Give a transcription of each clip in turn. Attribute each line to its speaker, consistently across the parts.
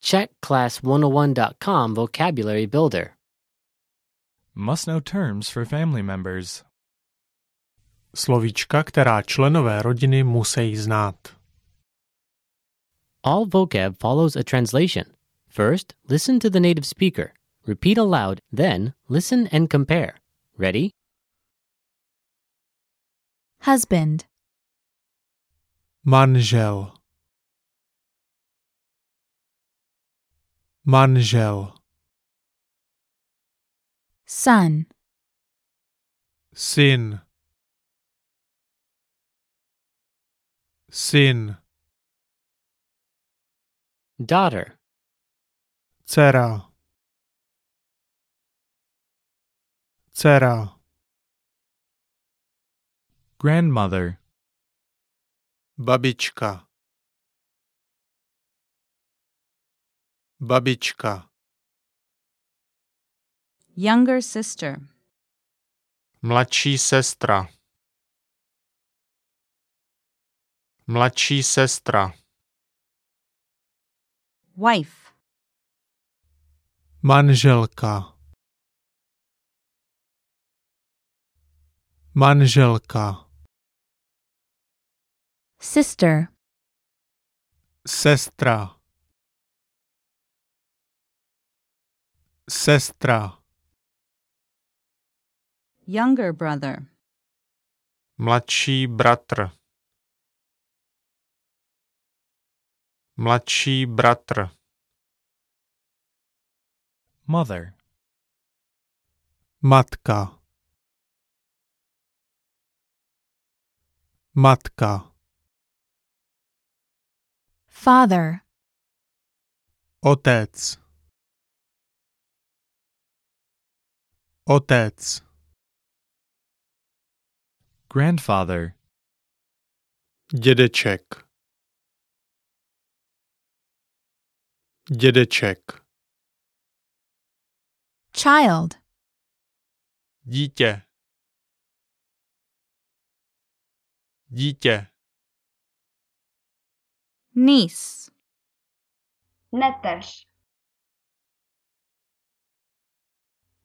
Speaker 1: Check class101.com vocabulary builder.
Speaker 2: Must know terms for family members.
Speaker 3: Slovíčka, která členové rodiny musí znát.
Speaker 1: All vocab follows a translation. First, listen to the native speaker. Repeat aloud, then listen and compare. Ready?
Speaker 4: husband,
Speaker 3: Manžel. Manžel.
Speaker 4: son,
Speaker 3: Syn. Syn.
Speaker 1: Daughter,
Speaker 3: Dcera. Dcera.
Speaker 2: Grandmother.
Speaker 3: Babička. Babička.
Speaker 5: younger sister,
Speaker 3: Mladší sestra. Mladší sestra.
Speaker 5: wife,
Speaker 3: Manželka. Manželka.
Speaker 4: sister,
Speaker 3: Sestra. Sestra.
Speaker 5: younger brother,
Speaker 3: Mladší bratr. Mladší bratr.
Speaker 2: Mother.
Speaker 3: Matka. Matka.
Speaker 4: father,
Speaker 3: Otec. Otec.
Speaker 2: Grandfather.
Speaker 3: Dědeček. Dědeček.
Speaker 4: child,
Speaker 3: Dítě. Dítě.
Speaker 5: niece,
Speaker 6: neteř,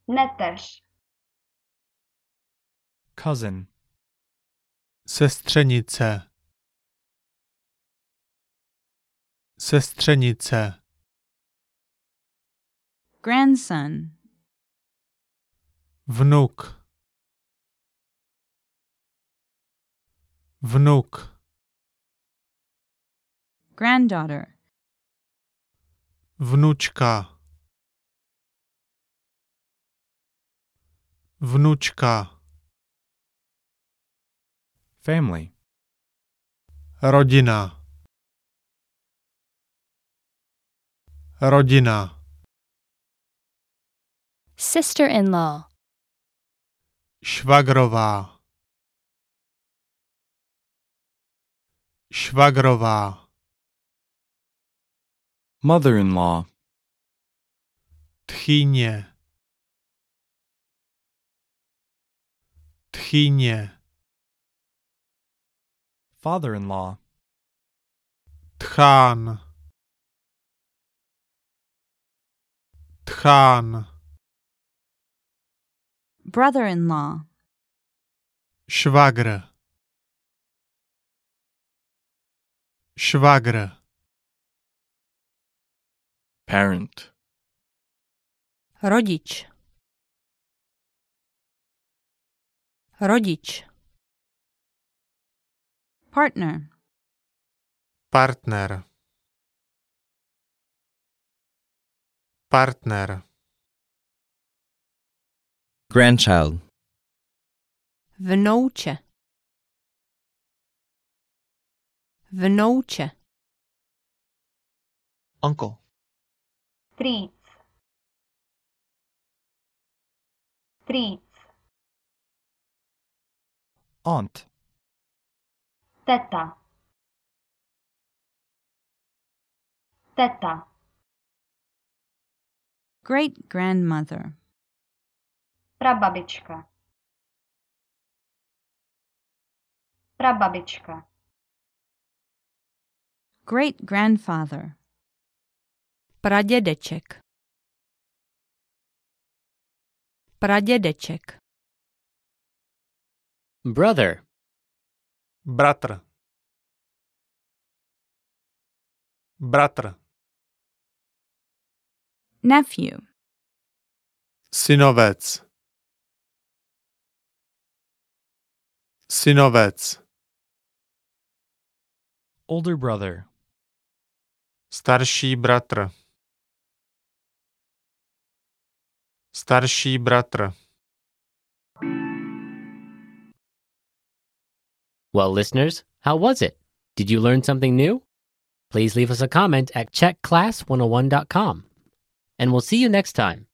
Speaker 6: neteř,
Speaker 2: Cousin.
Speaker 3: Sestřenice. Sestřenice.
Speaker 5: grandson,
Speaker 3: Vnuk. Vnuk.
Speaker 5: granddaughter,
Speaker 3: Vnučka. Vnučka.
Speaker 2: Family.
Speaker 3: Rodina. Rodina.
Speaker 4: sister in law,
Speaker 3: Švagrová. Švagrová.
Speaker 2: Mother in law.
Speaker 3: Tchýně. Tchýně.
Speaker 2: Father in law.
Speaker 3: Tchán. Tchán.
Speaker 5: brother in law,
Speaker 3: Švagr. Švagr.
Speaker 2: Parent.
Speaker 7: Rodič. Rodič.
Speaker 5: partner,
Speaker 3: Partner. Partner.
Speaker 8: grandchild,
Speaker 7: Vnouče. Vnouče.
Speaker 3: Uncle.
Speaker 6: strýc, strýc,
Speaker 2: Aunt.
Speaker 6: teta, teta,
Speaker 5: great grandmother,
Speaker 6: prababička, prababička,
Speaker 5: great grandfather,
Speaker 7: Pradědeček. Pradědeček.
Speaker 1: brother,
Speaker 3: братр, братр,
Speaker 5: nephew,
Speaker 3: synovec, synovec,
Speaker 2: older brother,
Speaker 3: starší bratr, starší bratr.
Speaker 1: Well, listeners, how was it? Did you learn something new? oh Please leave us a comment at checkclass101.com. And we'll see you next time.